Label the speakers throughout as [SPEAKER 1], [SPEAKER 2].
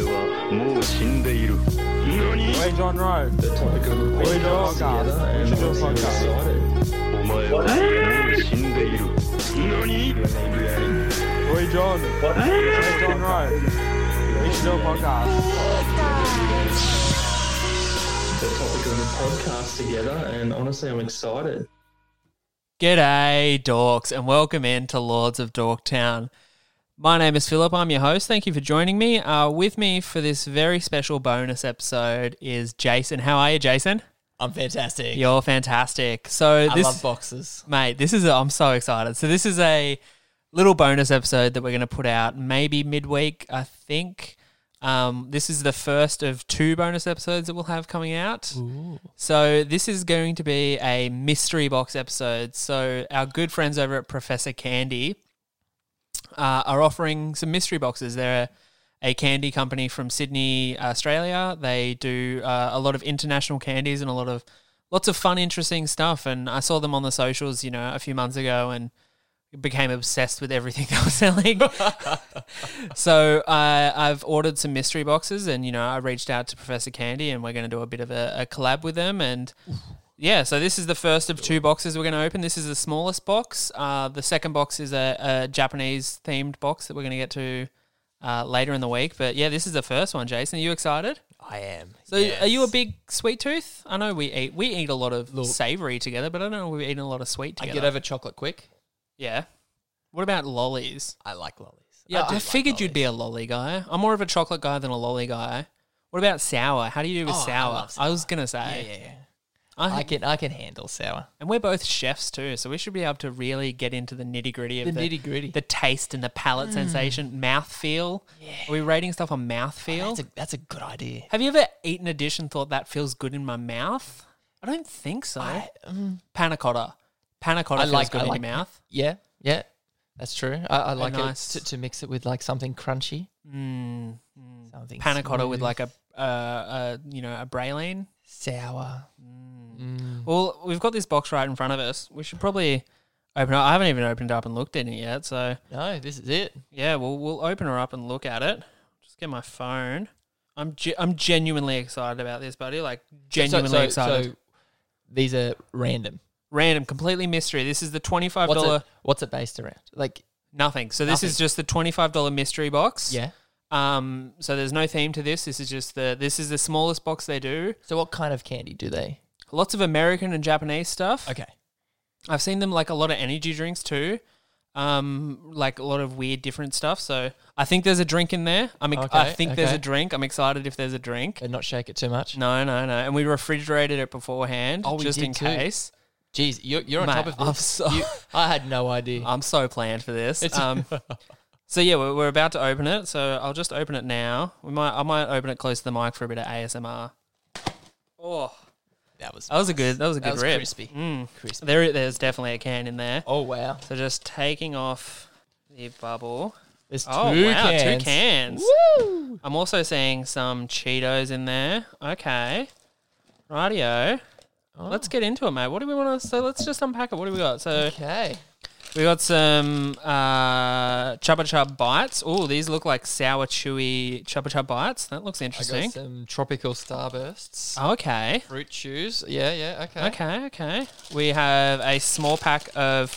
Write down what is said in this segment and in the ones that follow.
[SPEAKER 1] もう死んでいる何
[SPEAKER 2] Hey John Rowe. Hey John Rowe. You should do a podcast.
[SPEAKER 1] お前はもう死んでいる何
[SPEAKER 2] Hey John. Hey John Rowe. You should do a podcast.
[SPEAKER 3] the topic of the podcast together, and honestly, I'm excited.
[SPEAKER 4] G'day, dorks, and welcome in to Lords of Dorktown. My name is Philip. I'm your host. Thank you for joining me. Uh, with me for this very special bonus episode is Jason. How are you, Jason?
[SPEAKER 5] I'm fantastic.
[SPEAKER 4] You're fantastic. So
[SPEAKER 5] I
[SPEAKER 4] this,
[SPEAKER 5] love boxes.
[SPEAKER 4] mate, this is. A, I'm so excited. So this is a little bonus episode that we're going to put out maybe midweek. I think um, this is the first of two bonus episodes that we'll have coming out. So this is going to be a mystery box episode. So our good friends over at Professor Candy uh, are offering some mystery boxes. They're a, a candy company from Sydney, Australia. They do uh, a lot of international candies and a lot of lots of fun, interesting stuff. And I saw them on the socials, you know, a few months ago, and became obsessed with everything they were selling. so uh, I've ordered some mystery boxes, and you know, I reached out to Professor Candy, and we're going to do a bit of a, a collab with them, and. Yeah, so this is the first of two boxes we're going to open. This is the smallest box. Uh, the second box is a, a Japanese themed box that we're going to get to uh, later in the week. But yeah, this is the first one, Jason. Are you excited?
[SPEAKER 5] I am.
[SPEAKER 4] So are you a big sweet tooth? I know we eat we eat a lot of savory together, but I don't know we've eaten a lot of sweet
[SPEAKER 5] I
[SPEAKER 4] together.
[SPEAKER 5] get over chocolate quick.
[SPEAKER 4] yeah. What about lollies?
[SPEAKER 5] I like lollies.
[SPEAKER 4] Yeah,
[SPEAKER 5] do
[SPEAKER 4] I,
[SPEAKER 5] like
[SPEAKER 4] figured you'd
[SPEAKER 5] lollies.
[SPEAKER 4] be a lolly guy. I'm more of a chocolate guy than a lolly guy. What about sour? How do you do with
[SPEAKER 5] Oh, I
[SPEAKER 4] sour? I,
[SPEAKER 5] love
[SPEAKER 4] was gonna say,
[SPEAKER 5] Yeah, yeah, yeah.
[SPEAKER 4] I-
[SPEAKER 5] I can, I can handle sour.
[SPEAKER 4] and we're both chefs too, so we should be able to really get into the nitty gritty
[SPEAKER 5] The
[SPEAKER 4] of
[SPEAKER 5] nitty-gritty. Mm.
[SPEAKER 4] the taste and the palate sensation, mouth feel. Are we rating stuff on mouth feel?
[SPEAKER 5] That's a, that's a good idea.
[SPEAKER 4] Have you ever eaten a dish and thought that feels good in my mouth? I don't think so.
[SPEAKER 5] I-
[SPEAKER 4] panna cotta. Panna cotta
[SPEAKER 5] I
[SPEAKER 4] feels
[SPEAKER 5] like-
[SPEAKER 4] good
[SPEAKER 5] I
[SPEAKER 4] in
[SPEAKER 5] like-
[SPEAKER 4] your mouth.
[SPEAKER 5] Yeah, yeah, that's true. I, I like
[SPEAKER 4] nice-
[SPEAKER 5] it to, to mix it with like something crunchy.
[SPEAKER 4] Mm,
[SPEAKER 5] Something
[SPEAKER 4] panna cotta with
[SPEAKER 5] smooth,
[SPEAKER 4] like a, uh, uh, you know, a praline.
[SPEAKER 5] sour. Mm.
[SPEAKER 4] Well, we've got this box right in front of us. We should probably open it. I haven't even opened it up and looked in it yet. So
[SPEAKER 5] No, this is it.
[SPEAKER 4] yeah, we'll we'll open her up and look at it. Just get my phone. I'm ge- I'm genuinely excited about this, buddy. Like genuinely excited.
[SPEAKER 5] So these are random.
[SPEAKER 4] Random, completely mystery. This is the twenty five
[SPEAKER 5] What's
[SPEAKER 4] dollar
[SPEAKER 5] it, what's it based around? Like,
[SPEAKER 4] nothing. So this is just the twenty five dollar mystery box.
[SPEAKER 5] yeah.
[SPEAKER 4] Um. So there's no theme to this. This is just the this is the smallest box they do.
[SPEAKER 5] So what kind of candy do they?
[SPEAKER 4] Lots of American and Japanese stuff.
[SPEAKER 5] Okay.
[SPEAKER 4] I've seen them like a lot of energy drinks too. Um, like a lot of weird different stuff. So I think there's a drink in there. I'm ex- I
[SPEAKER 5] Okay,
[SPEAKER 4] think there's a
[SPEAKER 5] okay.
[SPEAKER 4] drink. I'm excited if there's a drink.
[SPEAKER 5] And not shake it too much.
[SPEAKER 4] No, no, no. And we refrigerated it beforehand
[SPEAKER 5] Oh, we
[SPEAKER 4] just
[SPEAKER 5] did
[SPEAKER 4] in
[SPEAKER 5] too.
[SPEAKER 4] case.
[SPEAKER 5] Jeez, you're, you're on
[SPEAKER 4] Mate,
[SPEAKER 5] top of this.
[SPEAKER 4] I'm so-
[SPEAKER 5] You- I had no idea.
[SPEAKER 4] I'm so planned for this. Um, so yeah, we're, we're about to open it. So I'll just open it now. We might I might open it close to the mic for a bit of ASMR. Oh,
[SPEAKER 5] that was
[SPEAKER 4] that was a good that was a good
[SPEAKER 5] that was
[SPEAKER 4] rip. Mm.
[SPEAKER 5] crispy. Crispy.
[SPEAKER 4] There, there's definitely a can in there.
[SPEAKER 5] Oh wow,
[SPEAKER 4] So just taking off the bubble.
[SPEAKER 5] there's two
[SPEAKER 4] Oh wow,
[SPEAKER 5] cans.
[SPEAKER 4] two cans. I'm also seeing some Cheetos in there. Okay. Radio.
[SPEAKER 5] Oh.
[SPEAKER 4] Let's get into it, mate. What do we want to? So let's just unpack it. What do we got? So
[SPEAKER 5] Okay,
[SPEAKER 4] we got some uh, Chubba Chub bites. Oh, these look like sour, chewy Chubba Chub bites. That looks
[SPEAKER 5] I got
[SPEAKER 4] interesting.
[SPEAKER 5] some tropical starbursts,
[SPEAKER 4] Okay.
[SPEAKER 5] fruit chews. Yeah, yeah, okay.
[SPEAKER 4] Okay. Okay. We have a small pack of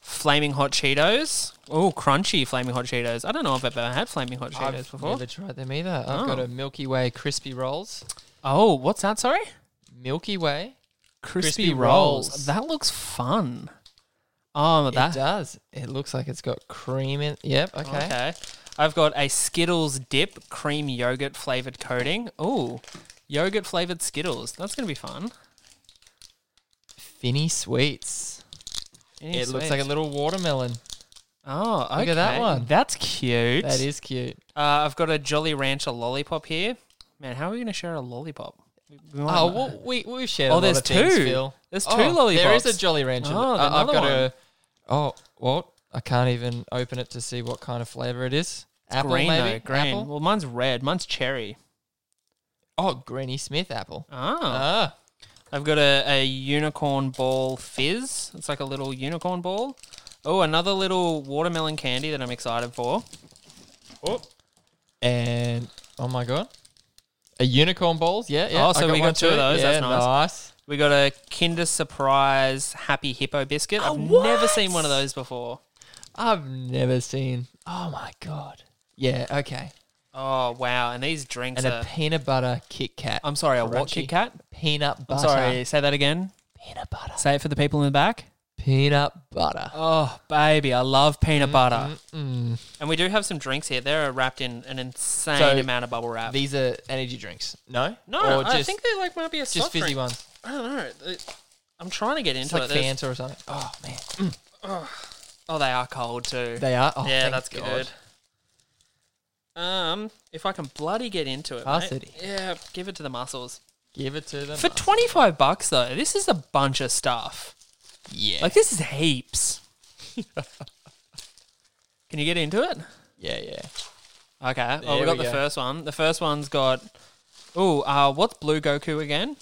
[SPEAKER 4] flaming hot Cheetos. Oh, crunchy flaming hot Cheetos. I don't know if I've ever had flaming hot Cheetos
[SPEAKER 5] I've
[SPEAKER 4] before.
[SPEAKER 5] never tried them either. I've got
[SPEAKER 4] Oh.
[SPEAKER 5] a Milky Way crispy rolls.
[SPEAKER 4] Oh, what's that? Sorry.
[SPEAKER 5] Milky Way.
[SPEAKER 4] crispy,
[SPEAKER 5] Crispy
[SPEAKER 4] rolls.
[SPEAKER 5] rolls.
[SPEAKER 4] That looks fun. Oh,
[SPEAKER 5] it
[SPEAKER 4] that
[SPEAKER 5] does. It looks like it's got cream in. Yep. Okay.
[SPEAKER 4] okay. I've got a Skittles dip cream yogurt flavored coating. Ooh, yogurt flavored Skittles. That's gonna be fun.
[SPEAKER 5] Finny sweets.
[SPEAKER 4] Any
[SPEAKER 5] it looks like a
[SPEAKER 4] sweets?
[SPEAKER 5] little watermelon.
[SPEAKER 4] Oh, okay.
[SPEAKER 5] Look at that one.
[SPEAKER 4] That's cute.
[SPEAKER 5] That is cute.
[SPEAKER 4] Uh, I've got a Jolly Rancher lollipop here. Man, how are we gonna share a lollipop? We- we might
[SPEAKER 5] Oh,
[SPEAKER 4] not-
[SPEAKER 5] well, we we've shared.
[SPEAKER 4] Um, Oh,
[SPEAKER 5] a lot
[SPEAKER 4] there's
[SPEAKER 5] of things,
[SPEAKER 4] two.
[SPEAKER 5] Phil.
[SPEAKER 4] There's two
[SPEAKER 5] two There is
[SPEAKER 4] lollipops.
[SPEAKER 5] a Jolly Rancher.
[SPEAKER 4] Oh,
[SPEAKER 5] I- I've
[SPEAKER 4] another
[SPEAKER 5] got a. Oh, what? I can't even open it to see what kind of flavor it is. Apple,
[SPEAKER 4] green
[SPEAKER 5] maybe.
[SPEAKER 4] though. Green.
[SPEAKER 5] Apple?
[SPEAKER 4] Well, mine's red. Mine's cherry.
[SPEAKER 5] Oh, Granny Smith apple.
[SPEAKER 4] Ah.
[SPEAKER 5] Ah,
[SPEAKER 4] I've got a, a unicorn ball fizz. It's like a little unicorn ball. Oh, another little watermelon candy that I'm excited for.
[SPEAKER 5] and oh my god, A unicorn balls, yeah, yeah.
[SPEAKER 4] Oh, so
[SPEAKER 5] I
[SPEAKER 4] we got
[SPEAKER 5] one
[SPEAKER 4] two of
[SPEAKER 5] too.
[SPEAKER 4] those,
[SPEAKER 5] Yeah,
[SPEAKER 4] that's nice.
[SPEAKER 5] nice.
[SPEAKER 4] We got a Kinder Surprise Happy Hippo biscuit.
[SPEAKER 5] Oh,
[SPEAKER 4] I've
[SPEAKER 5] what?
[SPEAKER 4] never seen one of those before.
[SPEAKER 5] I've never seen. Oh my god. Yeah. Okay.
[SPEAKER 4] Oh wow! And these drinks
[SPEAKER 5] And
[SPEAKER 4] are.
[SPEAKER 5] a peanut butter Kit Kat.
[SPEAKER 4] I'm sorry, a what
[SPEAKER 5] crunchy.
[SPEAKER 4] Kit Kat?
[SPEAKER 5] Peanut
[SPEAKER 4] I'm
[SPEAKER 5] butter.
[SPEAKER 4] sorry. Say that again.
[SPEAKER 5] Peanut butter.
[SPEAKER 4] Say it for the people in the back.
[SPEAKER 5] Peanut butter.
[SPEAKER 4] Oh baby, I love peanut butter.
[SPEAKER 5] Mm.
[SPEAKER 4] And we do have some drinks here. They're wrapped in an insane
[SPEAKER 5] So,
[SPEAKER 4] amount of bubble wrap.
[SPEAKER 5] These are energy drinks. No.
[SPEAKER 4] no,
[SPEAKER 5] Or
[SPEAKER 4] I
[SPEAKER 5] just-
[SPEAKER 4] think they like might be a
[SPEAKER 5] just
[SPEAKER 4] soft
[SPEAKER 5] fizzy
[SPEAKER 4] drink.
[SPEAKER 5] ones.
[SPEAKER 4] I don't know. It- I'm trying to get
[SPEAKER 5] It's
[SPEAKER 4] into
[SPEAKER 5] like
[SPEAKER 4] it. There's-
[SPEAKER 5] Fanta or something. Oh man,
[SPEAKER 4] Oh, they are cold too.
[SPEAKER 5] they are. Oh,
[SPEAKER 4] yeah,
[SPEAKER 5] thank
[SPEAKER 4] that's
[SPEAKER 5] God.
[SPEAKER 4] good. Um, if I can bloody get into it,
[SPEAKER 5] Pass
[SPEAKER 4] mate.
[SPEAKER 5] it.
[SPEAKER 4] Yeah, give it to the muscles.
[SPEAKER 5] Give it to them.
[SPEAKER 4] For twenty five bucks though, this is a bunch of stuff.
[SPEAKER 5] Oh, yeah,
[SPEAKER 4] Like this is heaps. Can you get into it?
[SPEAKER 5] yeah, yeah.
[SPEAKER 4] Okay. Well, we
[SPEAKER 5] There
[SPEAKER 4] got
[SPEAKER 5] we
[SPEAKER 4] the
[SPEAKER 5] go.
[SPEAKER 4] first one. The first one's got. Ooh, uh, what's Blue Goku again?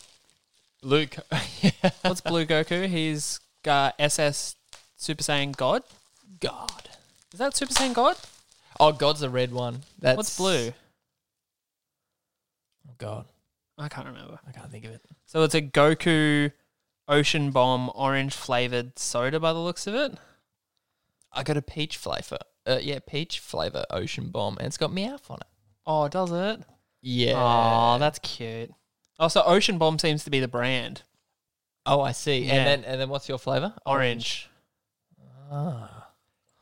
[SPEAKER 5] Luke,
[SPEAKER 4] What's Blue Goku? He's uh, SS Super Saiyan God.
[SPEAKER 5] God.
[SPEAKER 4] Is that Super Saiyan God?
[SPEAKER 5] Oh, God's the red one. That's
[SPEAKER 4] What's blue?
[SPEAKER 5] Oh, God,
[SPEAKER 4] I can't remember.
[SPEAKER 5] I can't think of it.
[SPEAKER 4] So it's a Goku Ocean Bomb orange flavored soda by the looks of it.
[SPEAKER 5] I got a peach flavor. Uh, yeah, peach flavor ocean bomb, and it's got meowth on it.
[SPEAKER 4] Oh, does it?
[SPEAKER 5] Yeah.
[SPEAKER 4] Oh, that's cute. Oh, so Ocean Bomb seems to be the brand.
[SPEAKER 5] Oh, I see.
[SPEAKER 4] Yeah.
[SPEAKER 5] And then, and then, what's your flavor?
[SPEAKER 4] Orange.
[SPEAKER 5] Ah.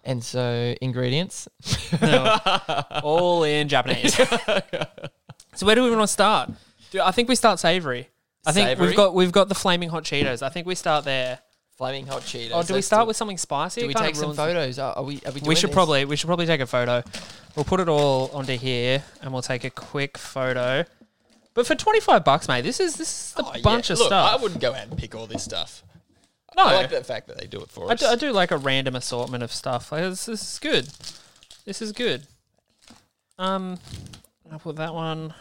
[SPEAKER 5] And so ingredients.
[SPEAKER 4] All in Japanese. so where do we want to start? Do, I think we start savory. I think
[SPEAKER 5] Savory?
[SPEAKER 4] we've got we've got the flaming hot Cheetos. I think we start there.
[SPEAKER 5] Flaming hot Cheetos.
[SPEAKER 4] Oh, do we
[SPEAKER 5] Let's
[SPEAKER 4] start with something spicy?
[SPEAKER 5] Do
[SPEAKER 4] It
[SPEAKER 5] we
[SPEAKER 4] kinda
[SPEAKER 5] take some
[SPEAKER 4] ruins-
[SPEAKER 5] photos? Are, are we? Are we?
[SPEAKER 4] We
[SPEAKER 5] doing
[SPEAKER 4] should
[SPEAKER 5] this?
[SPEAKER 4] probably we should probably take a photo. We'll put it all onto here and we'll take a quick photo. But for twenty five bucks, mate, this is this is a
[SPEAKER 5] Oh, yeah.
[SPEAKER 4] bunch of
[SPEAKER 5] Look,
[SPEAKER 4] stuff.
[SPEAKER 5] I wouldn't go out and pick all this stuff.
[SPEAKER 4] no,
[SPEAKER 5] I like the fact that they do it for
[SPEAKER 4] I
[SPEAKER 5] us.
[SPEAKER 4] do, I do like a random assortment of stuff. Like this, this is good. This is good. Um, I'll put that one.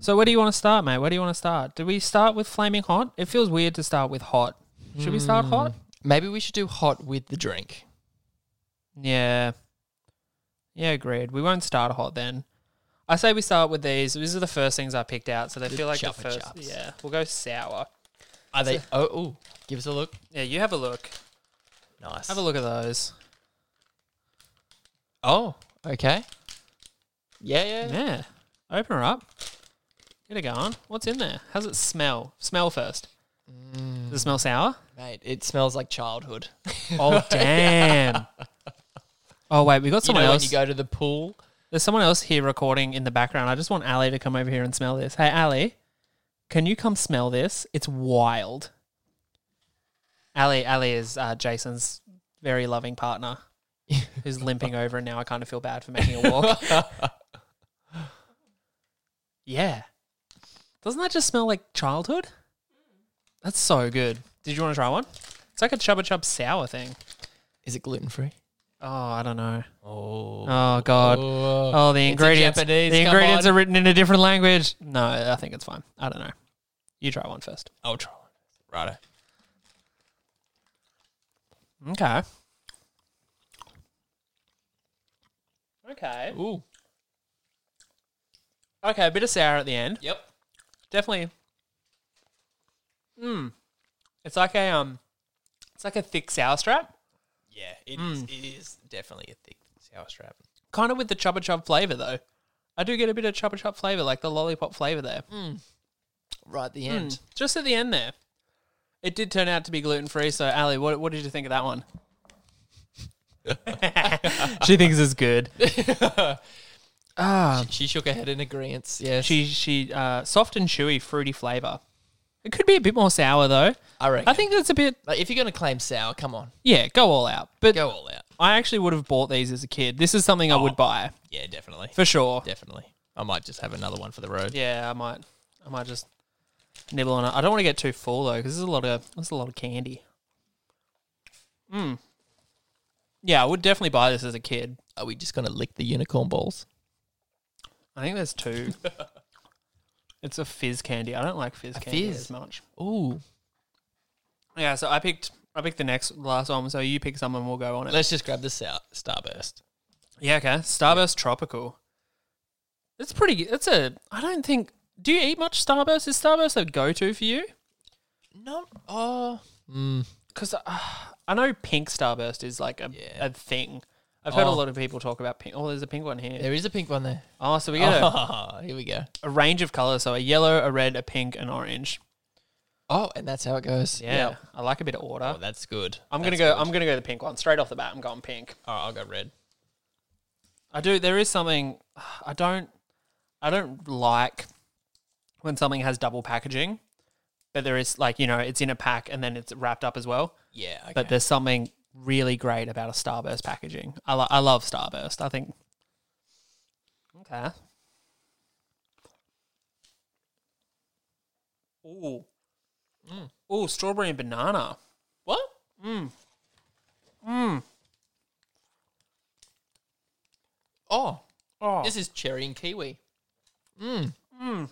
[SPEAKER 4] So where do you want to start, mate? Where do you want to start? Do we start with flaming hot? It feels weird to start with hot. Should we start hot?
[SPEAKER 5] Maybe we should do hot with the drink.
[SPEAKER 4] Yeah. Yeah, agreed. We won't start hot then. I say we start with these. These are the first things I picked out, so they
[SPEAKER 5] The
[SPEAKER 4] feel like the
[SPEAKER 5] Chupa
[SPEAKER 4] first.
[SPEAKER 5] Chups.
[SPEAKER 4] Yeah, we'll go sour.
[SPEAKER 5] Are they? Oh, ooh, give us a look.
[SPEAKER 4] Yeah, you have a look.
[SPEAKER 5] Nice.
[SPEAKER 4] Have a look at those.
[SPEAKER 5] Oh, okay. Yeah, yeah.
[SPEAKER 4] Yeah. Open her up. Get it going. What's in there? How's it smell? Smell first.
[SPEAKER 5] Mm.
[SPEAKER 4] Does it smell sour?
[SPEAKER 5] Mate, it smells like childhood.
[SPEAKER 4] Oh damn. Oh wait, we got
[SPEAKER 5] you
[SPEAKER 4] someone
[SPEAKER 5] know when
[SPEAKER 4] else.
[SPEAKER 5] you go to the pool?
[SPEAKER 4] There's someone else here recording in the background. I just want Ali to come over here and smell this. Hey Ali, can you come smell this? It's wild. Ali, Ali is uh, Jason's very loving partner, who's limping over, and now I kind of feel bad for making a walk. yeah, doesn't that just smell like childhood? That's so good. Did you want to try one? It's like a chubba chub sour thing.
[SPEAKER 5] Is it gluten free?
[SPEAKER 4] Oh, I don't know.
[SPEAKER 5] Oh.
[SPEAKER 4] Oh god. Oh, the
[SPEAKER 5] It's in
[SPEAKER 4] ingredients.
[SPEAKER 5] Japanese,
[SPEAKER 4] the
[SPEAKER 5] come
[SPEAKER 4] ingredients
[SPEAKER 5] on.
[SPEAKER 4] are written in a different language. No, I think it's fine. I don't know. You try one first.
[SPEAKER 5] I'll try one. Righto.
[SPEAKER 4] Okay. Okay.
[SPEAKER 5] Ooh.
[SPEAKER 4] Okay, a bit of sour at the end.
[SPEAKER 5] Yep.
[SPEAKER 4] Definitely. Mmm. It's like a um it's like a thick sour strap.
[SPEAKER 5] Yeah, it is. It is definitely a thick sour strap.
[SPEAKER 4] Kind of with the chubba chub flavour though. I do get a bit of chubba chub flavour, like the lollipop flavour there.
[SPEAKER 5] Mm. Right at the end.
[SPEAKER 4] Mm, Just at the end there. It did turn out to be gluten free. So, Ali, what, what did you think of that one? she thinks it's good. ah,
[SPEAKER 5] She shook her head in agreement. Yeah,
[SPEAKER 4] she she uh, soft and chewy, fruity flavor. It could be a bit more sour though.
[SPEAKER 5] I reckon.
[SPEAKER 4] I think that's a bit
[SPEAKER 5] Like, if you're gonna claim sour, come on,
[SPEAKER 4] yeah. Go all out, but
[SPEAKER 5] go all Oh. out.
[SPEAKER 4] I actually would have bought these as a kid. This is something I would buy
[SPEAKER 5] Yeah, definitely,
[SPEAKER 4] for sure.
[SPEAKER 5] definitely. I might just have another one for the road.
[SPEAKER 4] Yeah, I might. I might just nibble on it. I don't want to get too full though, because there's a lot of there's a lot of candy. Mm. Yeah, I would definitely buy this as a kid.
[SPEAKER 5] Are we just gonna lick the unicorn balls?
[SPEAKER 4] I think there's two. it's a fizz candy. I don't like fizz candy
[SPEAKER 5] fizz.
[SPEAKER 4] as much.
[SPEAKER 5] Ooh,
[SPEAKER 4] Yeah, so I picked I picked the next last one. So you pick some and we'll go on it.
[SPEAKER 5] let's just grab the sour starburst.
[SPEAKER 4] yeah, okay. Starburst tropical. It's pretty. g- It's a. I don't think. Do you eat much Starburst? Is Starburst a go-to for you?
[SPEAKER 5] No. Oh. Mm.
[SPEAKER 4] Because uh, I know pink Starburst is like a,
[SPEAKER 5] Yeah.
[SPEAKER 4] a thing. I've heard a
[SPEAKER 5] Oh.
[SPEAKER 4] lot of people talk about pink. Oh, there's a pink one here.
[SPEAKER 5] There is a pink one there.
[SPEAKER 4] Oh, so we get a,
[SPEAKER 5] Oh, here we go.
[SPEAKER 4] a range of colors. So a yellow, a red, a pink, an orange.
[SPEAKER 5] Oh, and that's how it goes.
[SPEAKER 4] Yeah, I like a bit of order.
[SPEAKER 5] Oh, that's good.
[SPEAKER 4] I'm gonna
[SPEAKER 5] That's
[SPEAKER 4] go.
[SPEAKER 5] good.
[SPEAKER 4] I'm gonna go the pink one straight off the bat. I'm going pink.
[SPEAKER 5] All right, I'll go red.
[SPEAKER 4] I do. There is something. I don't. I don't like when something has double packaging, but there is like you know it's in a pack and then it's wrapped up as well.
[SPEAKER 5] Yeah. Okay.
[SPEAKER 4] But there's something really great about a Starburst packaging. I lo- I love Starburst. I think. Okay. Ooh. Mm. Ooh, strawberry and banana.
[SPEAKER 5] what? Mm. Mm.
[SPEAKER 4] Oh.
[SPEAKER 5] Oh, this is cherry and kiwi.
[SPEAKER 4] Oh,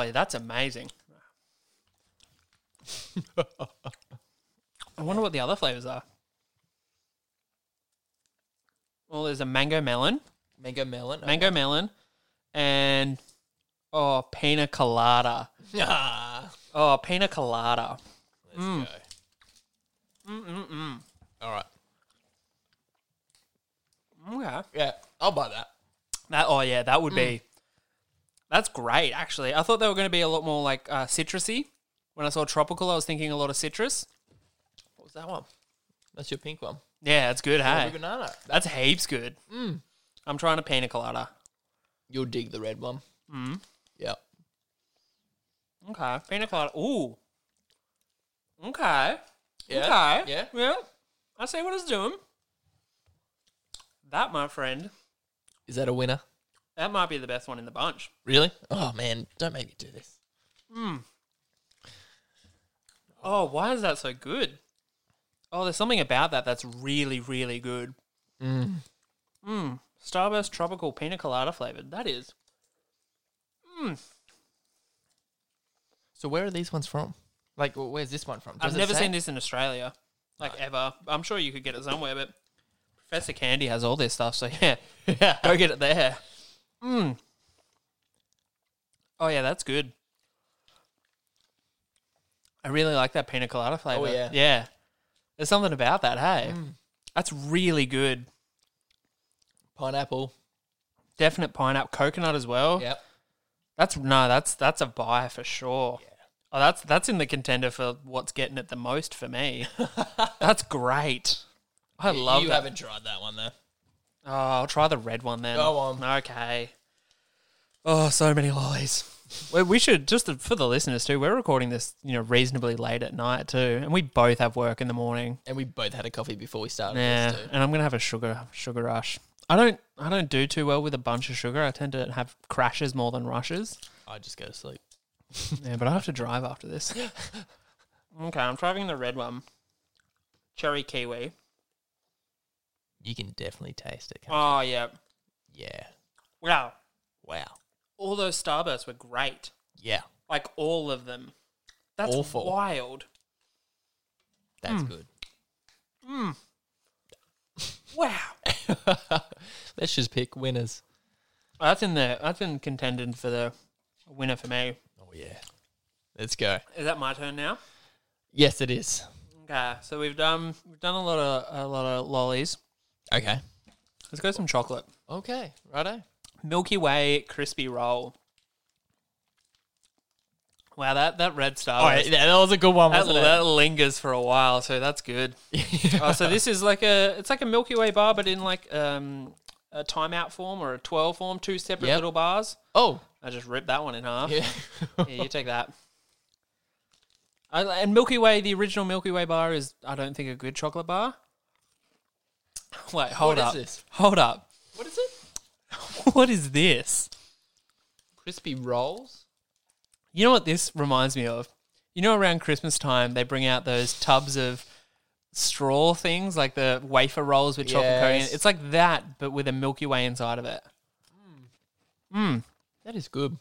[SPEAKER 4] yeah, that's amazing. I wonder what the other flavors are. Well, there's a mango melon,
[SPEAKER 5] Mango melon.
[SPEAKER 4] mango melon, and oh, pina colada.
[SPEAKER 5] Ah,
[SPEAKER 4] Oh, pina colada.
[SPEAKER 5] let's go. All right.
[SPEAKER 4] Okay.
[SPEAKER 5] Yeah, I'll buy that.
[SPEAKER 4] That oh yeah, that would be. That's great, actually. I thought they were going to be a lot more like uh, citrusy. When I saw tropical, I was thinking a lot of citrus.
[SPEAKER 5] What was that one? That's your pink one.
[SPEAKER 4] Yeah, Mm. that's good, hey.
[SPEAKER 5] Red banana.
[SPEAKER 4] That's heaps good. I'm trying a pina colada.
[SPEAKER 5] You'll dig the red one. Mm. Yeah.
[SPEAKER 4] Okay, pina colada. Ooh. Okay.
[SPEAKER 5] Yeah.
[SPEAKER 4] Okay.
[SPEAKER 5] Yeah.
[SPEAKER 4] Yeah. I see what it's doing. That, my friend,
[SPEAKER 5] Is that a winner?
[SPEAKER 4] that might be the best one in the bunch.
[SPEAKER 5] Really? Oh man, don't make me do this.
[SPEAKER 4] Oh, why is that so good? Oh, there's something about that that's really, really good. Mmm.
[SPEAKER 5] Mm.
[SPEAKER 4] Mmm. Starburst tropical pina colada flavored. That is.
[SPEAKER 5] So where are these ones from? Like, wh- where's this one from? Does
[SPEAKER 4] I've
[SPEAKER 5] it
[SPEAKER 4] never
[SPEAKER 5] say?
[SPEAKER 4] seen this in Australia, like ever. I'm sure you could get it somewhere, but Professor Candy has all this stuff, so yeah, go get it there. Mm. Oh yeah, that's good. I really like that pina colada flavor.
[SPEAKER 5] Oh, yeah. Mm.
[SPEAKER 4] yeah. There's something about that. Hey, that's really good.
[SPEAKER 5] Pineapple.
[SPEAKER 4] Definite pineapple, coconut as well.
[SPEAKER 5] Yep.
[SPEAKER 4] That's no, that's that's a buy for sure. Oh, that's that's in the contender for what's getting it the most for me. that's great. I love
[SPEAKER 5] you
[SPEAKER 4] that.
[SPEAKER 5] haven't tried that one though.
[SPEAKER 4] Oh, I'll try the red one then.
[SPEAKER 5] Go on.
[SPEAKER 4] Okay. Oh, so many lollies. we, we should just for the listeners too. We're recording this, you know, reasonably late at night too, and we both have work in the morning.
[SPEAKER 5] And we both had a coffee before we started
[SPEAKER 4] Yeah,
[SPEAKER 5] this too.
[SPEAKER 4] and I'm gonna have a sugar sugar rush. I don't I don't do too well with a bunch of sugar. I tend to have crashes more than rushes.
[SPEAKER 5] I just go to sleep.
[SPEAKER 4] Yeah, but I have to drive after this. okay, I'm driving the red one. Cherry kiwi.
[SPEAKER 5] You can definitely taste it. can't-
[SPEAKER 4] Oh yeah.
[SPEAKER 5] Yeah.
[SPEAKER 4] Wow.
[SPEAKER 5] Wow.
[SPEAKER 4] All those starbursts were great.
[SPEAKER 5] Yeah.
[SPEAKER 4] Like all of them. That's
[SPEAKER 5] Awful.
[SPEAKER 4] wild.
[SPEAKER 5] That's good.
[SPEAKER 4] Wow.
[SPEAKER 5] Let's just pick winners.
[SPEAKER 4] That's in there. That's in contending for the winner for me.
[SPEAKER 5] Oh yeah. Let's go.
[SPEAKER 4] Is that my turn now?
[SPEAKER 5] Yes, it is.
[SPEAKER 4] Okay. So we've done we've done a lot of a lot of lollies.
[SPEAKER 5] Okay.
[SPEAKER 4] Let's go some chocolate.
[SPEAKER 5] Okay. Righto.
[SPEAKER 4] Milky Way crispy roll. Wow, that, that red starburst.
[SPEAKER 5] All right. Oh, Yeah, that was a good one,
[SPEAKER 4] That,
[SPEAKER 5] wasn't it?
[SPEAKER 4] that lingers for a while, so that's good. Oh, so this is like a it's like a Milky Way bar, but in like um, a timeout form or a twelve form, two separate
[SPEAKER 5] Yep.
[SPEAKER 4] little bars.
[SPEAKER 5] oh.
[SPEAKER 4] I just ripped that one in half. Yeah,
[SPEAKER 5] Yeah.
[SPEAKER 4] you take that. I, and Milky Way, the original Milky Way bar is I don't think a good chocolate bar. Wait, hold
[SPEAKER 5] is
[SPEAKER 4] up,
[SPEAKER 5] this?
[SPEAKER 4] hold up.
[SPEAKER 5] what is it?
[SPEAKER 4] What is this?
[SPEAKER 5] Crispy rolls.
[SPEAKER 4] You know what this reminds me of? You know, around Christmas time, they bring out those tubs of straw things, like the wafer rolls with chocolate coating.
[SPEAKER 5] Yes.
[SPEAKER 4] It's like that, but with a Milky Way inside of it.
[SPEAKER 5] That is good.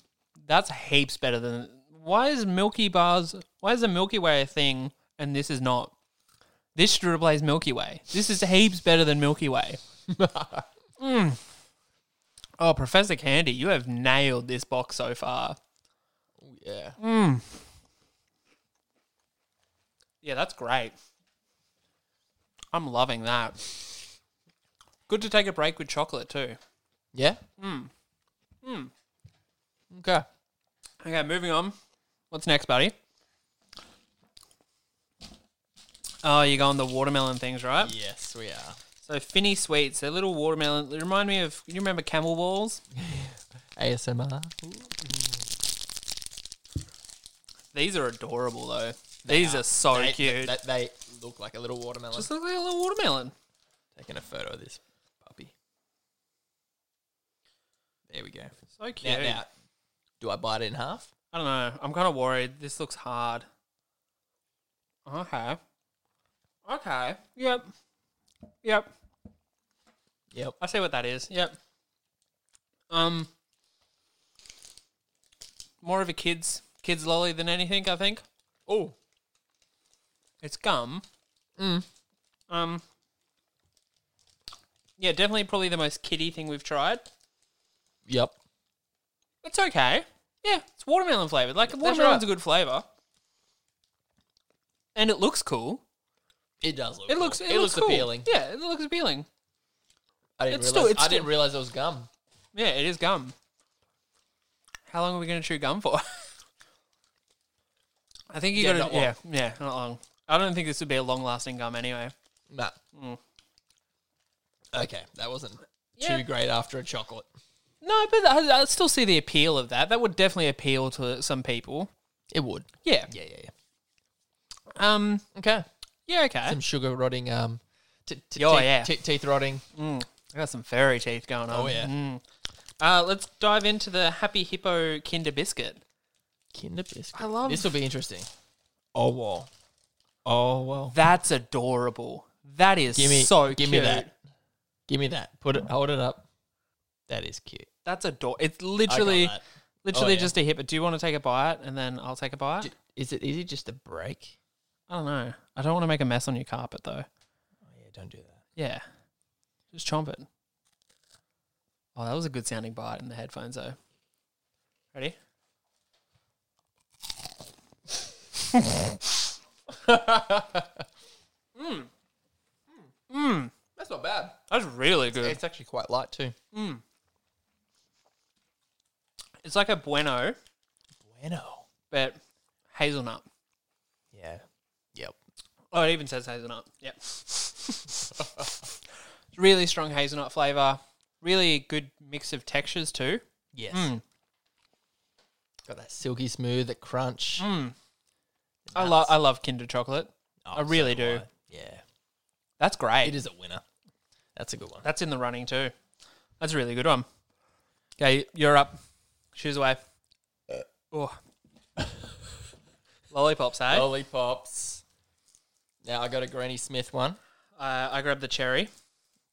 [SPEAKER 4] That's heaps better than. Why is Milky Bars? Why is a Milky Way a thing and this is not? This should replace Milky Way. This is heaps better than Milky Way. Mm. Oh, Professor Candy, you have nailed this box so far.
[SPEAKER 5] Yeah.
[SPEAKER 4] Yeah, that's great. I'm loving that. Good to take a break with chocolate too.
[SPEAKER 5] Yeah? Hmm. Hmm. Okay.
[SPEAKER 4] Okay, moving on. What's next, buddy? Oh, you're going the watermelon things, right?
[SPEAKER 5] Yes, we are.
[SPEAKER 4] So Finney Sweets, they're little watermelon. They remind me of you remember Camel Balls?
[SPEAKER 5] ASMR.
[SPEAKER 4] These are adorable though. These are, so
[SPEAKER 5] they,
[SPEAKER 4] cute.
[SPEAKER 5] That, they look like a little watermelon.
[SPEAKER 4] Just look like a little watermelon.
[SPEAKER 5] taking a photo of this puppy. There we go.
[SPEAKER 4] So cute.
[SPEAKER 5] Now, now, do I bite it in half?
[SPEAKER 4] I don't know. I'm kind of worried. This looks hard. Okay. Okay. Yep. Yep.
[SPEAKER 5] Yep.
[SPEAKER 4] I see what that is. Yep. Um, more of a kids kids lolly than anything. I think. Oh, it's gum. Mm. Um. Yeah, definitely, probably the most kiddie thing we've tried.
[SPEAKER 5] Yep.
[SPEAKER 4] It's okay. Yeah, it's watermelon flavored. Like
[SPEAKER 5] right.
[SPEAKER 4] watermelon's a good flavor, and it looks cool.
[SPEAKER 5] It does look.
[SPEAKER 4] It looks.
[SPEAKER 5] cool.
[SPEAKER 4] It, looks, cool.
[SPEAKER 5] appealing.
[SPEAKER 4] Yeah, it looks appealing.
[SPEAKER 5] I didn't
[SPEAKER 4] It's
[SPEAKER 5] realize.
[SPEAKER 4] still- it's
[SPEAKER 5] I didn't
[SPEAKER 4] still-
[SPEAKER 5] realize it was gum.
[SPEAKER 4] Yeah, it is gum. How long are we going to chew gum for? I think you
[SPEAKER 5] Yeah,
[SPEAKER 4] got
[SPEAKER 5] not
[SPEAKER 4] to.
[SPEAKER 5] long.
[SPEAKER 4] Yeah, yeah, not long. I don't think this would be a long-lasting gum anyway.
[SPEAKER 5] Nah.
[SPEAKER 4] Mm.
[SPEAKER 5] Okay, that wasn't
[SPEAKER 4] Yeah.
[SPEAKER 5] too great after a chocolate.
[SPEAKER 4] No, but I, I still see the appeal of that. That would definitely appeal to some people.
[SPEAKER 5] It would.
[SPEAKER 4] Yeah.
[SPEAKER 5] Yeah, yeah, yeah.
[SPEAKER 4] Um.
[SPEAKER 5] Okay.
[SPEAKER 4] Yeah. Okay.
[SPEAKER 5] Some sugar rotting. Um. T- t-
[SPEAKER 4] Oh,
[SPEAKER 5] teeth,
[SPEAKER 4] yeah.
[SPEAKER 5] te- teeth rotting.
[SPEAKER 4] I got some fairy teeth going on.
[SPEAKER 5] Oh yeah.
[SPEAKER 4] Uh, let's dive into the Happy Hippo Kinder Biscuit.
[SPEAKER 5] Kinder biscuit.
[SPEAKER 4] I love-
[SPEAKER 5] This will be interesting. Oh wow. Oh wow.
[SPEAKER 4] That's adorable. That is
[SPEAKER 5] Give me.
[SPEAKER 4] so
[SPEAKER 5] give
[SPEAKER 4] cute.
[SPEAKER 5] me that. Give me that. Put it. Hold it up. That is cute.
[SPEAKER 4] That's adorable. It's
[SPEAKER 5] I got
[SPEAKER 4] literally,
[SPEAKER 5] that. Oh,
[SPEAKER 4] literally
[SPEAKER 5] yeah.
[SPEAKER 4] just a hip. Do you want to take a bite and then I'll take a bite?
[SPEAKER 5] D- Is it easy just to break?
[SPEAKER 4] I don't know. I don't want to make a mess on your carpet though.
[SPEAKER 5] Yeah, don't do that.
[SPEAKER 4] Yeah. Just chomp it. Oh, that was a good sounding bite in the headphones though. Ready?
[SPEAKER 5] Mm. That's not bad.
[SPEAKER 4] That's really good. It's,
[SPEAKER 5] It's actually quite light too.
[SPEAKER 4] like a bueno,
[SPEAKER 5] Bueno.
[SPEAKER 4] but hazelnut.
[SPEAKER 5] Yeah. Yep.
[SPEAKER 4] Oh, it even says hazelnut. Yep. really strong hazelnut flavor. Really good mix of textures too.
[SPEAKER 5] Yes. Got that silky smooth, that crunch.
[SPEAKER 4] I love I love Kinder chocolate.
[SPEAKER 5] Oh,
[SPEAKER 4] I really
[SPEAKER 5] so
[SPEAKER 4] do.
[SPEAKER 5] light. Yeah.
[SPEAKER 4] That's great.
[SPEAKER 5] It is a winner. That's a good one.
[SPEAKER 4] That's in the running too. That's a really good one. Okay, you're up. Shoes away. Oh. Lollipops, eh? hey?
[SPEAKER 5] Lollipops. Now I got a Granny Smith one.
[SPEAKER 4] Uh, I grabbed the cherry.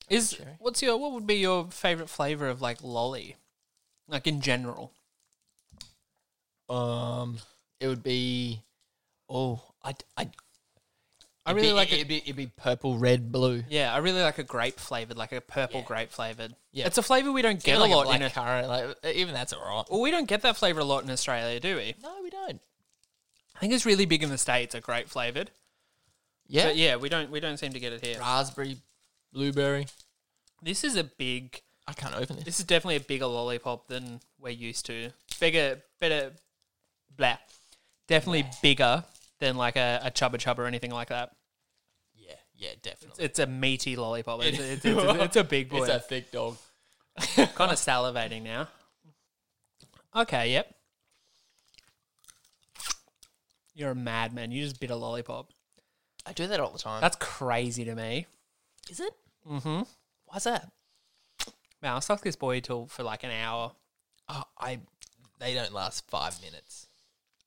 [SPEAKER 4] Is
[SPEAKER 5] cherry.
[SPEAKER 4] what's your what would be your favorite flavor of like lolly? Like in general.
[SPEAKER 5] Um, it would be. Oh, I I
[SPEAKER 4] I really like
[SPEAKER 5] it.
[SPEAKER 4] a,
[SPEAKER 5] It'd be, it'd be purple, red, blue.
[SPEAKER 4] yeah, I really like a grape flavored, like a purple grape flavored.
[SPEAKER 5] Yeah.
[SPEAKER 4] It's a flavor we don't get
[SPEAKER 5] Kinda
[SPEAKER 4] a
[SPEAKER 5] like
[SPEAKER 4] lot in
[SPEAKER 5] black
[SPEAKER 4] a,
[SPEAKER 5] currant, like
[SPEAKER 4] e-,
[SPEAKER 5] even that's alright.
[SPEAKER 4] Well, we don't get that flavor a lot in Australia, do we?
[SPEAKER 5] No, we don't.
[SPEAKER 4] I think it's really big in the states, a grape flavored.
[SPEAKER 5] Yeah,
[SPEAKER 4] But yeah, we don't we don't seem to get it here.
[SPEAKER 5] raspberry, blueberry.
[SPEAKER 4] This is a big
[SPEAKER 5] I can't open this.
[SPEAKER 4] This is definitely a bigger lollipop than we're used to. Bigger, better, blah. Definitely bigger than like a, a chubba chubba or anything like that.
[SPEAKER 5] Yeah, yeah, definitely.
[SPEAKER 4] It's a meaty lollipop. It's, it's, it's, it's, it's a big boy.
[SPEAKER 5] It's a thick dog.
[SPEAKER 4] kind of salivating now. Okay, yep. You're a madman. You just bit a lollipop.
[SPEAKER 5] I do that all the time.
[SPEAKER 4] That's crazy to me.
[SPEAKER 5] Is it? Mm-hmm. Why's that?
[SPEAKER 4] Man, I stuck this boy till for like an hour.
[SPEAKER 5] Oh, I. They don't last five minutes.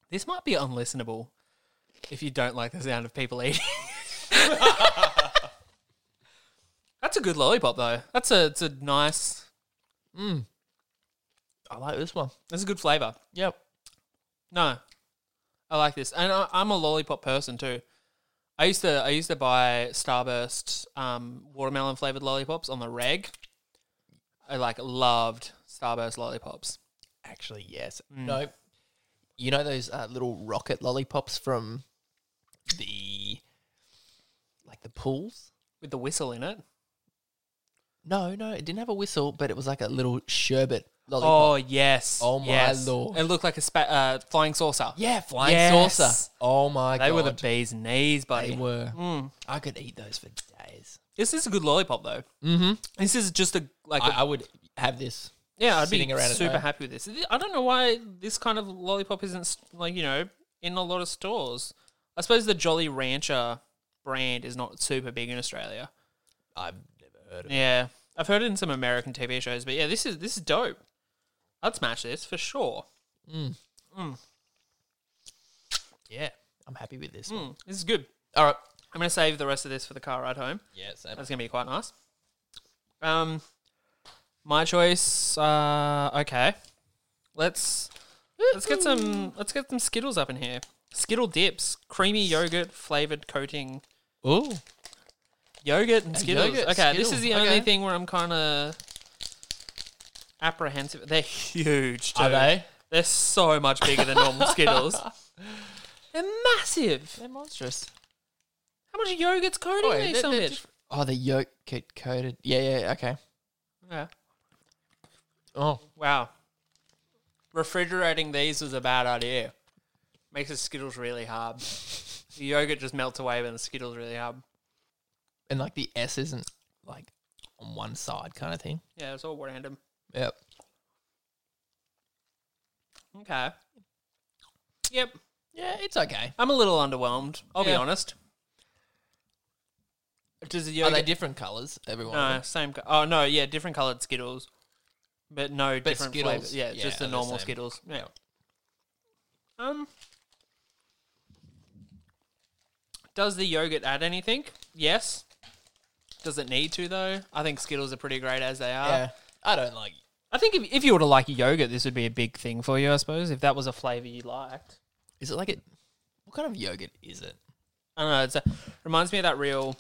[SPEAKER 4] This might be unlistenable if you don't like the sound of people eating. That's a good lollipop though. That's a it's a nice
[SPEAKER 5] I like this one.
[SPEAKER 4] that's a good flavour.
[SPEAKER 5] Yep.
[SPEAKER 4] No. I like this. And I, I'm a lollipop person too. I used to I used to buy Starburst um, watermelon flavoured lollipops on the reg. I like loved Starburst lollipops.
[SPEAKER 5] Actually, yes. No. You know those uh, little rocket lollipops from the like the pools?
[SPEAKER 4] With the whistle in it.
[SPEAKER 5] No, no, it didn't have a whistle, but it was like a little sherbet lollipop.
[SPEAKER 4] Oh yes.
[SPEAKER 5] Oh, my
[SPEAKER 4] yes.
[SPEAKER 5] lord.
[SPEAKER 4] It looked like a spa- uh, flying saucer.
[SPEAKER 5] Yeah, flying
[SPEAKER 4] Yes.
[SPEAKER 5] saucer. Oh my
[SPEAKER 4] They
[SPEAKER 5] god.
[SPEAKER 4] were the bee's knees, buddy.
[SPEAKER 5] They were.
[SPEAKER 4] Mm.
[SPEAKER 5] I could eat those for days.
[SPEAKER 4] This is a good lollipop though.
[SPEAKER 5] Mm-hmm.
[SPEAKER 4] This is just a like a
[SPEAKER 5] I, I would have this.
[SPEAKER 4] Yeah, I'd be
[SPEAKER 5] sitting around at
[SPEAKER 4] super
[SPEAKER 5] night.
[SPEAKER 4] happy with this. I don't know why this kind of lollipop isn't s- like you know in a lot of stores. I suppose the Jolly Rancher brand is not super big in Australia.
[SPEAKER 5] I've never heard of.
[SPEAKER 4] Yeah, I've heard it in some American TV shows, but yeah, this is this is dope. I'd smash this for sure.
[SPEAKER 5] Yeah, Hmm. I'm happy with this. One.
[SPEAKER 4] Mm, this is good.
[SPEAKER 5] All right.
[SPEAKER 4] I'm gonna save the rest of this for the car ride home.
[SPEAKER 5] Yeah, same.
[SPEAKER 4] That's gonna be quite nice. Um, my choice. Uh, okay, let's let's get some let's get some Skittles up in here. Skittle dips, creamy yogurt flavored coating,
[SPEAKER 5] Ooh,
[SPEAKER 4] yogurt and Skittles.
[SPEAKER 5] yogurt,
[SPEAKER 4] okay, this
[SPEAKER 5] Skittles,
[SPEAKER 4] is the
[SPEAKER 5] okay.
[SPEAKER 4] only thing where I'm kind of apprehensive. They're huge. Too.
[SPEAKER 5] are they?
[SPEAKER 4] They're so much bigger than normal Skittles. They're massive.
[SPEAKER 5] They're monstrous.
[SPEAKER 4] How much yogurt's coating
[SPEAKER 5] Oi,
[SPEAKER 4] these?
[SPEAKER 5] they're-
[SPEAKER 4] some
[SPEAKER 5] they're
[SPEAKER 4] bitch?
[SPEAKER 5] diff- Oh, the yogurt coated. Yeah, yeah. Okay.
[SPEAKER 4] yeah.
[SPEAKER 5] Oh,
[SPEAKER 4] Wow. Refrigerating these was a bad idea. Makes the Skittles really hard. The yogurt just melts away when the Skittles really hard.
[SPEAKER 5] and like the S isn't like on one side kind of thing.
[SPEAKER 4] Yeah, it's all random.
[SPEAKER 5] Yep.
[SPEAKER 4] Okay. Yep.
[SPEAKER 5] Yeah, it's okay.
[SPEAKER 4] I'm a little underwhelmed. I'll be
[SPEAKER 5] Yeah.
[SPEAKER 4] honest. Does the
[SPEAKER 5] Are
[SPEAKER 4] yogurt...
[SPEAKER 5] they different colors? Everyone.
[SPEAKER 4] No, same... Co- oh, no, yeah, different coloured Skittles. But no different
[SPEAKER 5] Skittles,
[SPEAKER 4] flavours. Yeah,
[SPEAKER 5] yeah,
[SPEAKER 4] just the
[SPEAKER 5] are the
[SPEAKER 4] normal
[SPEAKER 5] same.
[SPEAKER 4] Skittles. Yeah. Um... Does the yogurt add anything? Yes. Does it need to though? I think Skittles are pretty great as they are.
[SPEAKER 5] Yeah. I don't like.
[SPEAKER 4] I think if, if you were to like yogurt, this would be a big thing for you, I suppose. If that was a flavor you liked,
[SPEAKER 5] Is it like it? What kind of yogurt is it?
[SPEAKER 4] I don't know. It's a, reminds me of that real,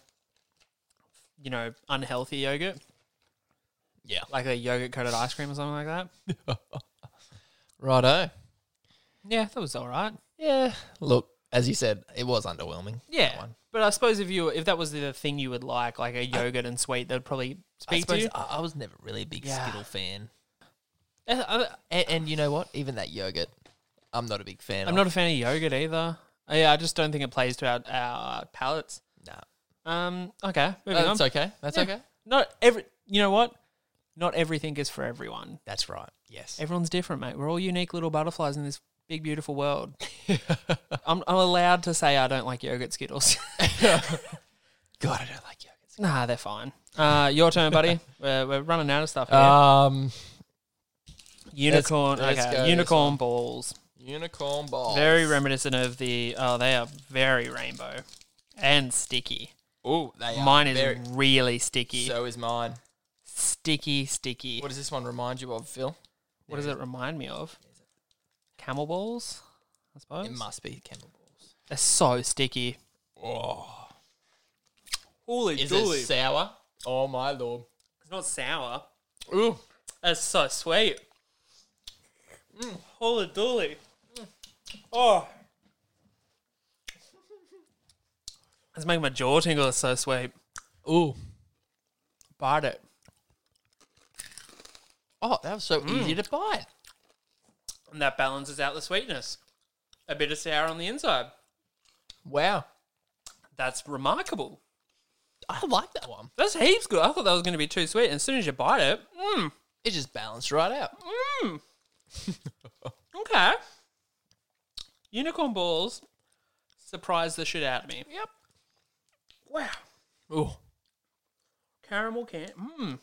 [SPEAKER 4] you know, unhealthy yogurt,
[SPEAKER 5] Yeah.
[SPEAKER 4] like a yogurt coated ice cream or something like that.
[SPEAKER 5] Righto.
[SPEAKER 4] Yeah, that was all right.
[SPEAKER 5] Yeah. Look, as you said, it was underwhelming.
[SPEAKER 4] Yeah,
[SPEAKER 5] That one.
[SPEAKER 4] but I suppose if you were- if that was the thing you would like, like a yogurt and sweet, that'd probably
[SPEAKER 5] I
[SPEAKER 4] speak to
[SPEAKER 5] suppose
[SPEAKER 4] you.
[SPEAKER 5] I, I was never really a big
[SPEAKER 4] Yeah.
[SPEAKER 5] Skittle fan.
[SPEAKER 4] Uh, I-
[SPEAKER 5] And, and you know what? Even that yogurt, I'm not a big fan.
[SPEAKER 4] I'm
[SPEAKER 5] of.
[SPEAKER 4] not a fan of yogurt either. Uh, Yeah, I just don't think it plays to our, our palates.
[SPEAKER 5] Nah.
[SPEAKER 4] Um. Okay. Moving on.
[SPEAKER 5] That's okay. That's
[SPEAKER 4] Yeah.
[SPEAKER 5] okay.
[SPEAKER 4] Not every. You know what? Not everything is for everyone.
[SPEAKER 5] That's right. Yes.
[SPEAKER 4] Everyone's different, mate. We're all unique little butterflies in this big, beautiful world. I'm, I'm allowed to say I don't like yogurt Skittles.
[SPEAKER 5] God, I don't like yogurt.
[SPEAKER 4] nah, they're fine. Uh, your turn, buddy. we're, we're running out of stuff here.
[SPEAKER 6] Um,
[SPEAKER 4] unicorn,
[SPEAKER 6] let's go
[SPEAKER 4] okay.
[SPEAKER 6] this
[SPEAKER 4] unicorn balls.
[SPEAKER 6] unicorn ball.
[SPEAKER 4] Very reminiscent of the. Oh, they are very rainbow and sticky.
[SPEAKER 6] Ooh,
[SPEAKER 5] They are
[SPEAKER 4] Mine is
[SPEAKER 6] very-
[SPEAKER 4] really sticky.
[SPEAKER 6] so is mine.
[SPEAKER 4] sticky, sticky.
[SPEAKER 6] What does this one remind you of, Phil?
[SPEAKER 4] what does it remind me of? Camel balls, I suppose.
[SPEAKER 5] It must be Campbell balls.
[SPEAKER 4] They're so sticky. Holy
[SPEAKER 5] Is it sour? Oh my lord.
[SPEAKER 4] It's not sour.
[SPEAKER 5] Ooh.
[SPEAKER 4] That's so sweet. Mm, holy dooly. Mm. Oh. It's making my jaw tingle. It's so sweet.
[SPEAKER 5] Ooh.
[SPEAKER 4] Bite it.
[SPEAKER 5] Oh, that was so easy to bite.
[SPEAKER 4] And that balances out the sweetness. A bit of sour on the inside.
[SPEAKER 5] Wow.
[SPEAKER 4] That's remarkable.
[SPEAKER 5] I like that one.
[SPEAKER 4] That's heaps good. I thought that was going to be too sweet. And as soon as you bite it, mmm,
[SPEAKER 5] It just balanced right out.
[SPEAKER 4] mmm. mm, okay. Unicorn balls surprised the shit out of me.
[SPEAKER 5] Yep.
[SPEAKER 4] Wow.
[SPEAKER 5] Ooh.
[SPEAKER 4] Caramel can. Mmm.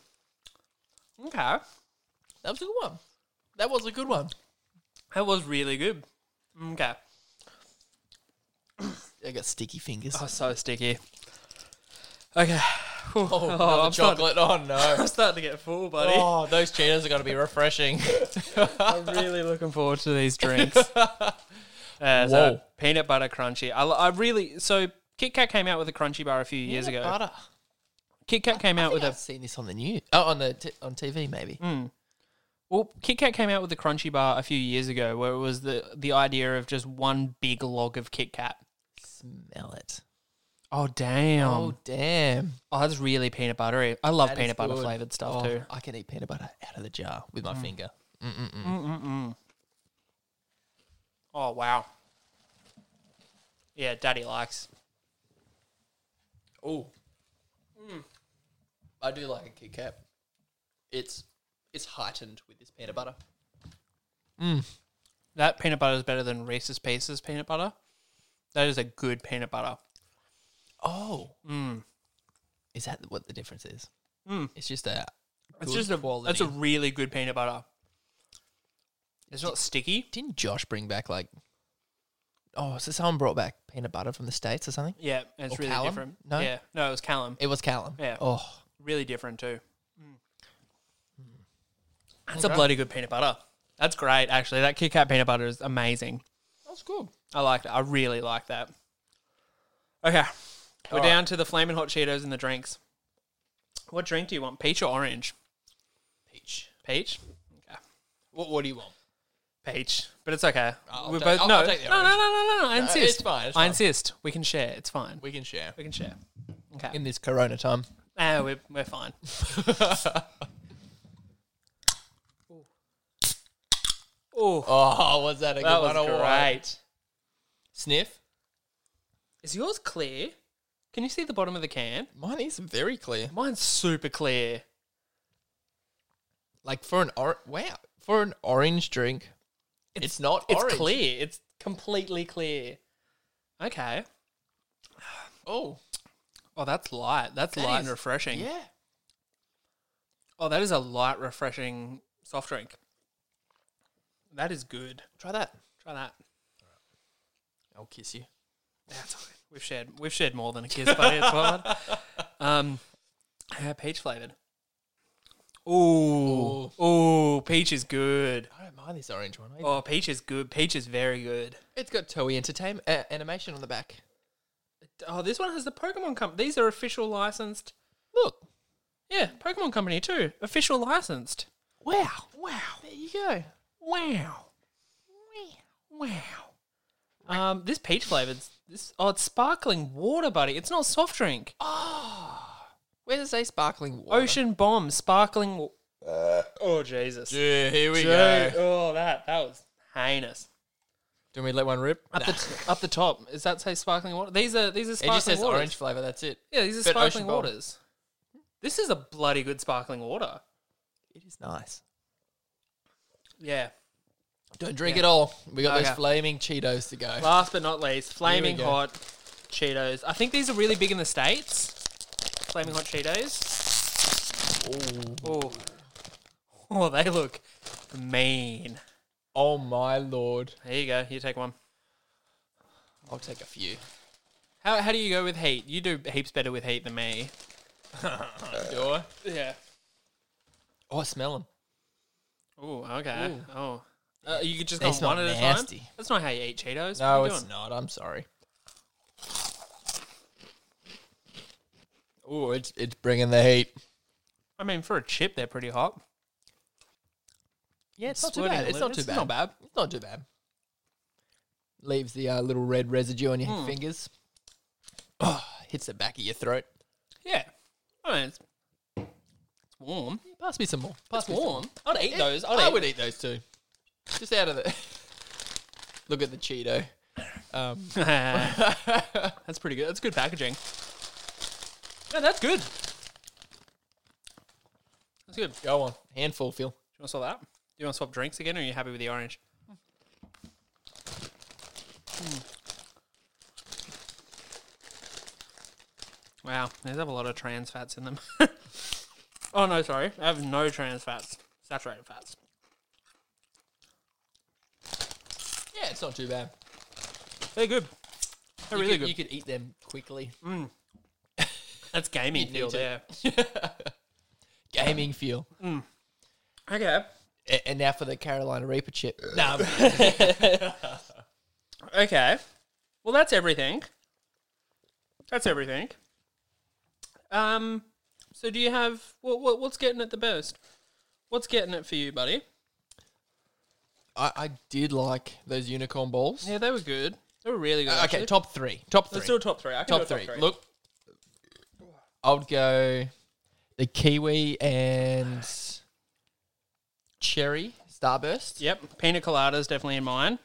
[SPEAKER 4] Okay.
[SPEAKER 5] That was a good one. That was a good one.
[SPEAKER 4] That was really good. Okay.
[SPEAKER 5] I got sticky fingers.
[SPEAKER 4] Oh, so sticky. Okay. Whew.
[SPEAKER 5] Oh,
[SPEAKER 4] Oh,
[SPEAKER 5] another
[SPEAKER 4] I'm, starting,
[SPEAKER 5] chocolate. Oh no.
[SPEAKER 4] I'm starting to get full, buddy.
[SPEAKER 5] Oh, those cheetahs are going to be refreshing.
[SPEAKER 4] I'm really looking forward to these drinks. Uh, so
[SPEAKER 5] Whoa.
[SPEAKER 4] peanut butter crunchy. I, I really so Kit Kat came out with a crunchy bar a few years ago.
[SPEAKER 5] Butter.
[SPEAKER 4] Kit Kat came out with
[SPEAKER 5] I've
[SPEAKER 4] a
[SPEAKER 5] seen this on the news. Oh, on the t- on TV maybe.
[SPEAKER 4] Well, Kit Kat came out with the crunchy bar a few years ago, where it was the the idea of just one big log of Kit Kat.
[SPEAKER 5] Smell it.
[SPEAKER 4] Oh damn!
[SPEAKER 5] oh
[SPEAKER 4] Oh,
[SPEAKER 5] damn!
[SPEAKER 4] that's really peanut buttery. I love
[SPEAKER 5] That is
[SPEAKER 4] peanut butter
[SPEAKER 5] good.
[SPEAKER 4] flavored stuff
[SPEAKER 5] Oh,
[SPEAKER 4] too.
[SPEAKER 5] I can eat peanut butter out of the jar with my finger.
[SPEAKER 4] Mm-mm-mm. Oh wow! Yeah, Daddy likes.
[SPEAKER 5] Oh, Hmm. I do like a Kit Kat. It's it's heightened with this peanut butter.
[SPEAKER 4] That peanut butter is better than Reese's Pieces peanut butter. That is a good peanut butter.
[SPEAKER 5] Oh,
[SPEAKER 4] Mm.
[SPEAKER 5] is that what the difference is?
[SPEAKER 4] Mm.
[SPEAKER 5] It's just a.
[SPEAKER 4] It's
[SPEAKER 5] good
[SPEAKER 4] just a
[SPEAKER 5] quality.
[SPEAKER 4] That's a really good peanut butter. It's not sticky.
[SPEAKER 5] Didn't Josh bring back like? Oh, so someone brought back peanut butter from the states or something?
[SPEAKER 4] Yeah, and it's
[SPEAKER 5] Or
[SPEAKER 4] really
[SPEAKER 5] Callum?
[SPEAKER 4] different.
[SPEAKER 5] No?
[SPEAKER 4] Yeah, no, it was Callum.
[SPEAKER 5] It was Callum.
[SPEAKER 4] Yeah.
[SPEAKER 5] Oh,
[SPEAKER 4] Really different too. Mm. That's a bloody good peanut butter. That's great, actually. That Kit Kat peanut butter is amazing.
[SPEAKER 5] that's good.
[SPEAKER 4] I like that. I really like that. Okay, we're
[SPEAKER 5] All right.
[SPEAKER 4] down to the flaming hot Cheetos and the drinks. What drink do you want? Peach or orange?
[SPEAKER 5] Peach.
[SPEAKER 4] Peach.
[SPEAKER 5] What What do you want?
[SPEAKER 4] Peach, but it's okay.
[SPEAKER 5] I'll
[SPEAKER 4] We're
[SPEAKER 5] take-
[SPEAKER 4] both
[SPEAKER 5] I'll-
[SPEAKER 4] no,
[SPEAKER 5] I'll take the
[SPEAKER 4] no, no, no,
[SPEAKER 5] orange.
[SPEAKER 4] no, no, no. I
[SPEAKER 5] No, it's
[SPEAKER 4] insist.
[SPEAKER 5] fine, it's
[SPEAKER 4] I
[SPEAKER 5] fine.
[SPEAKER 4] insist. We can share. It's fine. We,
[SPEAKER 5] We can share
[SPEAKER 4] can share. Okay.
[SPEAKER 5] in this Corona time.
[SPEAKER 4] Ah, we're, we're fine. oh,
[SPEAKER 5] Oh, was that a
[SPEAKER 4] that
[SPEAKER 5] good
[SPEAKER 4] was
[SPEAKER 5] one? or what?
[SPEAKER 4] great.
[SPEAKER 5] Sniff.
[SPEAKER 4] Is yours clear? Can you see the bottom of the can?
[SPEAKER 5] Mine is very clear.
[SPEAKER 4] Mine's super clear.
[SPEAKER 5] Like for an or wow, for an orange drink, it's, not
[SPEAKER 4] It's
[SPEAKER 5] orange.
[SPEAKER 4] clear. It's completely clear. Okay.
[SPEAKER 5] Oh,
[SPEAKER 4] Oh, that's light. That's
[SPEAKER 5] That
[SPEAKER 4] light
[SPEAKER 5] is-
[SPEAKER 4] and refreshing.
[SPEAKER 5] yeah.
[SPEAKER 4] Oh, that is a light, refreshing soft drink. That is good.
[SPEAKER 5] Try that.
[SPEAKER 4] Try that.
[SPEAKER 5] I'll kiss you.
[SPEAKER 4] That's all right. We've shared we've shared more than a kiss, buddy. It's fine. Um, yeah, peach flavored. Ooh, ooh, peach is good.
[SPEAKER 5] I don't mind this orange one. either.
[SPEAKER 4] Oh, peach is good. Peach is very good.
[SPEAKER 5] It's got Toei Entertainment uh, animation on the back.
[SPEAKER 4] Oh, this one has the Pokemon company. These are official licensed.
[SPEAKER 5] Look,
[SPEAKER 4] Yeah, Pokemon company too. Official licensed.
[SPEAKER 5] wow, wow. There you go.
[SPEAKER 4] Wow, wow, wow. Um, this peach flavored. This oh, it's sparkling water, buddy. It's not soft drink.
[SPEAKER 5] Oh. Where does it say sparkling water?
[SPEAKER 4] Ocean bomb, sparkling. wa- oh Jesus.
[SPEAKER 5] Yeah, here we
[SPEAKER 4] Dude, oh, that that was heinous.
[SPEAKER 7] Do we let one rip?
[SPEAKER 4] Up the up the top, does that say sparkling water? These are these are
[SPEAKER 5] It
[SPEAKER 4] sparkling
[SPEAKER 5] just says
[SPEAKER 4] waters.
[SPEAKER 5] orange flavor. That's it.
[SPEAKER 4] Yeah, these are
[SPEAKER 5] but
[SPEAKER 4] sparkling
[SPEAKER 5] Ocean Bomb.
[SPEAKER 4] waters. This is a bloody good sparkling water.
[SPEAKER 5] It is nice.
[SPEAKER 4] Yeah.
[SPEAKER 5] Don't drink it all. We got
[SPEAKER 4] Okay.
[SPEAKER 5] those flaming Cheetos to go.
[SPEAKER 4] Last but not least, flaming
[SPEAKER 5] go.
[SPEAKER 4] hot Cheetos. I think these are really big in the states. Flaming hot Cheetos. Oh, oh, they look mean.
[SPEAKER 5] Oh my lord!
[SPEAKER 4] Here you go. You take one.
[SPEAKER 5] I'll take a few.
[SPEAKER 4] How how do you go with heat? You do heaps better with heat than me.
[SPEAKER 5] Do I?
[SPEAKER 4] Yeah.
[SPEAKER 5] Oh, I smell them.
[SPEAKER 4] Oh, okay. Oh. Uh, you could just
[SPEAKER 5] They
[SPEAKER 4] go
[SPEAKER 5] smell
[SPEAKER 4] one at a
[SPEAKER 5] nasty.
[SPEAKER 4] time. That's not how you eat Cheetos.
[SPEAKER 5] No,
[SPEAKER 4] What are you
[SPEAKER 5] it's
[SPEAKER 4] doing?
[SPEAKER 5] not. I'm sorry. Oh, it's it's bringing the heat.
[SPEAKER 4] I mean, for a chip, they're pretty hot.
[SPEAKER 5] Yeah, it's not too
[SPEAKER 4] Splitting
[SPEAKER 5] bad.
[SPEAKER 4] a
[SPEAKER 5] It's
[SPEAKER 4] little-
[SPEAKER 5] not too
[SPEAKER 4] it's
[SPEAKER 5] bad.
[SPEAKER 4] not
[SPEAKER 5] It's not too bad. Leaves the uh, little red residue on your fingers. Oh, hits the back of your throat.
[SPEAKER 4] Yeah. I mean, it's, it's warm.
[SPEAKER 5] Yeah, pass me some more. Pass
[SPEAKER 4] It's
[SPEAKER 5] me some more.
[SPEAKER 4] warm. I'd eat those. I'd
[SPEAKER 5] I
[SPEAKER 4] eat.
[SPEAKER 5] would Hmm. eat those too. Just out of the. Look at the Cheeto.
[SPEAKER 4] that's pretty good. That's good packaging. Yeah, that's good. That's good. Do you
[SPEAKER 5] Go on, handful, Phil.
[SPEAKER 4] want to swap that? Do you want to swap drinks again, or are you happy with the orange? Hmm. Wow, these have a lot of trans fats in them. oh no, sorry, I have no trans fats, saturated fats.
[SPEAKER 5] Yeah, it's not too bad.
[SPEAKER 4] They're good. They're really
[SPEAKER 5] you could,
[SPEAKER 4] good.
[SPEAKER 5] You could eat them quickly.
[SPEAKER 4] That's gaming
[SPEAKER 5] You'd
[SPEAKER 4] feel
[SPEAKER 5] need to.
[SPEAKER 4] there.
[SPEAKER 5] Gaming feel.
[SPEAKER 4] Okay.
[SPEAKER 5] A- And now for the Carolina Reaper chip.
[SPEAKER 4] Nah. okay. Well, that's everything. That's everything. Um. So, do you have what, what? What's getting it the best? What's getting it for you, buddy?
[SPEAKER 5] I, I did like those unicorn balls.
[SPEAKER 4] Yeah, they were good. They were really good.
[SPEAKER 5] Uh, okay,
[SPEAKER 4] actually.
[SPEAKER 5] top three. Top 3
[SPEAKER 4] Let's do a top three. I can
[SPEAKER 5] top,
[SPEAKER 4] do a
[SPEAKER 5] three. Look, I would go the kiwi and cherry starburst.
[SPEAKER 4] Yep. Pina colada's definitely in mine.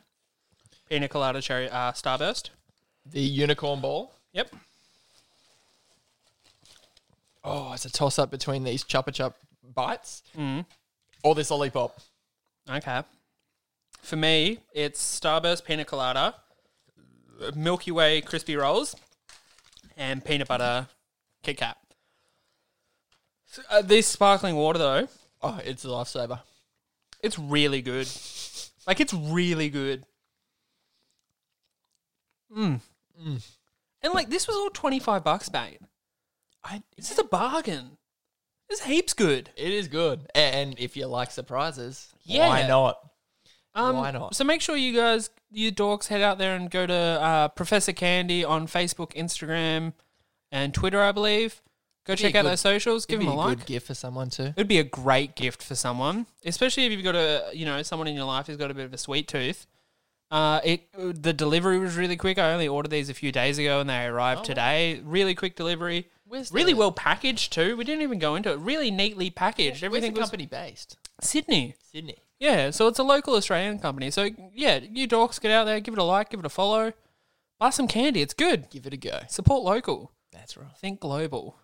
[SPEAKER 4] Pina colada cherry uh, starburst.
[SPEAKER 5] The unicorn ball.
[SPEAKER 4] Yep.
[SPEAKER 5] Oh, it's a toss up between these chupa chup bites or this lollipop.
[SPEAKER 4] Okay. For me, it's Starburst Pina Colada, Milky Way Crispy Rolls, and Peanut Butter Kit Kat. So, uh, this sparkling water, though,
[SPEAKER 5] Oh, it's a lifesaver.
[SPEAKER 4] it's really good. Like, it's really good. Mmm. Mm. And, like, this was all 25 bucks, mate. I, this is a bargain. This is heaps good.
[SPEAKER 5] It is good. A- And if you like surprises,
[SPEAKER 4] Yeah.
[SPEAKER 5] why not?
[SPEAKER 4] Um,
[SPEAKER 5] Why not?
[SPEAKER 4] So make sure you guys, you dorks, head out there and go to uh, Professor Candy on Facebook, Instagram, and Twitter, I believe. Go
[SPEAKER 5] be
[SPEAKER 4] check
[SPEAKER 5] a
[SPEAKER 4] out
[SPEAKER 5] good-
[SPEAKER 4] those socials. Give
[SPEAKER 5] It'd
[SPEAKER 4] them a
[SPEAKER 5] be
[SPEAKER 4] like.
[SPEAKER 5] good gift for someone too.
[SPEAKER 4] It'd be a great gift for someone, especially if you've got a, you know, someone in your life who's got a bit of a sweet tooth. Uh, it the delivery was really quick. I only ordered these a few days ago, and they arrived today. Really quick delivery.
[SPEAKER 5] Oh. Where's
[SPEAKER 4] really
[SPEAKER 5] the-
[SPEAKER 4] well packaged too. We didn't even go into it. Really neatly packaged. Everything was
[SPEAKER 5] Where's the company based?
[SPEAKER 4] Sydney.
[SPEAKER 5] Sydney.
[SPEAKER 4] Yeah, so it's a local Australian company. So yeah, you dorks get out there, give it a like, give it a follow, buy some candy. It's good.
[SPEAKER 5] Give it a go.
[SPEAKER 4] Support local.
[SPEAKER 5] That's right.
[SPEAKER 4] Think global.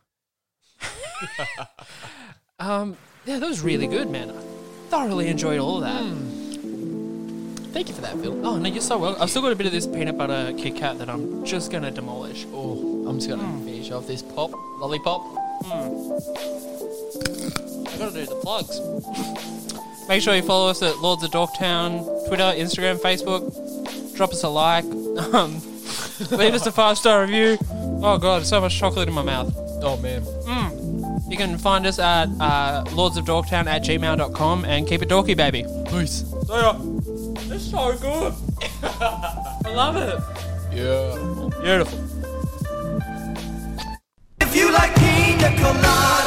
[SPEAKER 4] um, yeah, that was really good, man. I thoroughly enjoyed all of
[SPEAKER 5] Hmm.
[SPEAKER 4] that.
[SPEAKER 5] Thank you for that, Phil.
[SPEAKER 4] Oh no, you're so welcome. I've still got a bit of this peanut butter Kit Kat that I'm just gonna demolish.
[SPEAKER 5] Oh, I'm just gonna finish off this pop lollipop.
[SPEAKER 4] Gotta do the plugs. Make sure you follow us at Lords of Dorktown, Twitter, Instagram, Facebook. Drop us a like. Um, leave us a five star review. Oh god, so much chocolate in my mouth. Mm.
[SPEAKER 5] Oh man,
[SPEAKER 4] You can find us at uh, lordsofdorktown at gmail.com and keep it dorky, baby.
[SPEAKER 5] peace.
[SPEAKER 4] It's so good. I love it.
[SPEAKER 5] Yeah.
[SPEAKER 4] Beautiful.
[SPEAKER 8] If you like pina colada.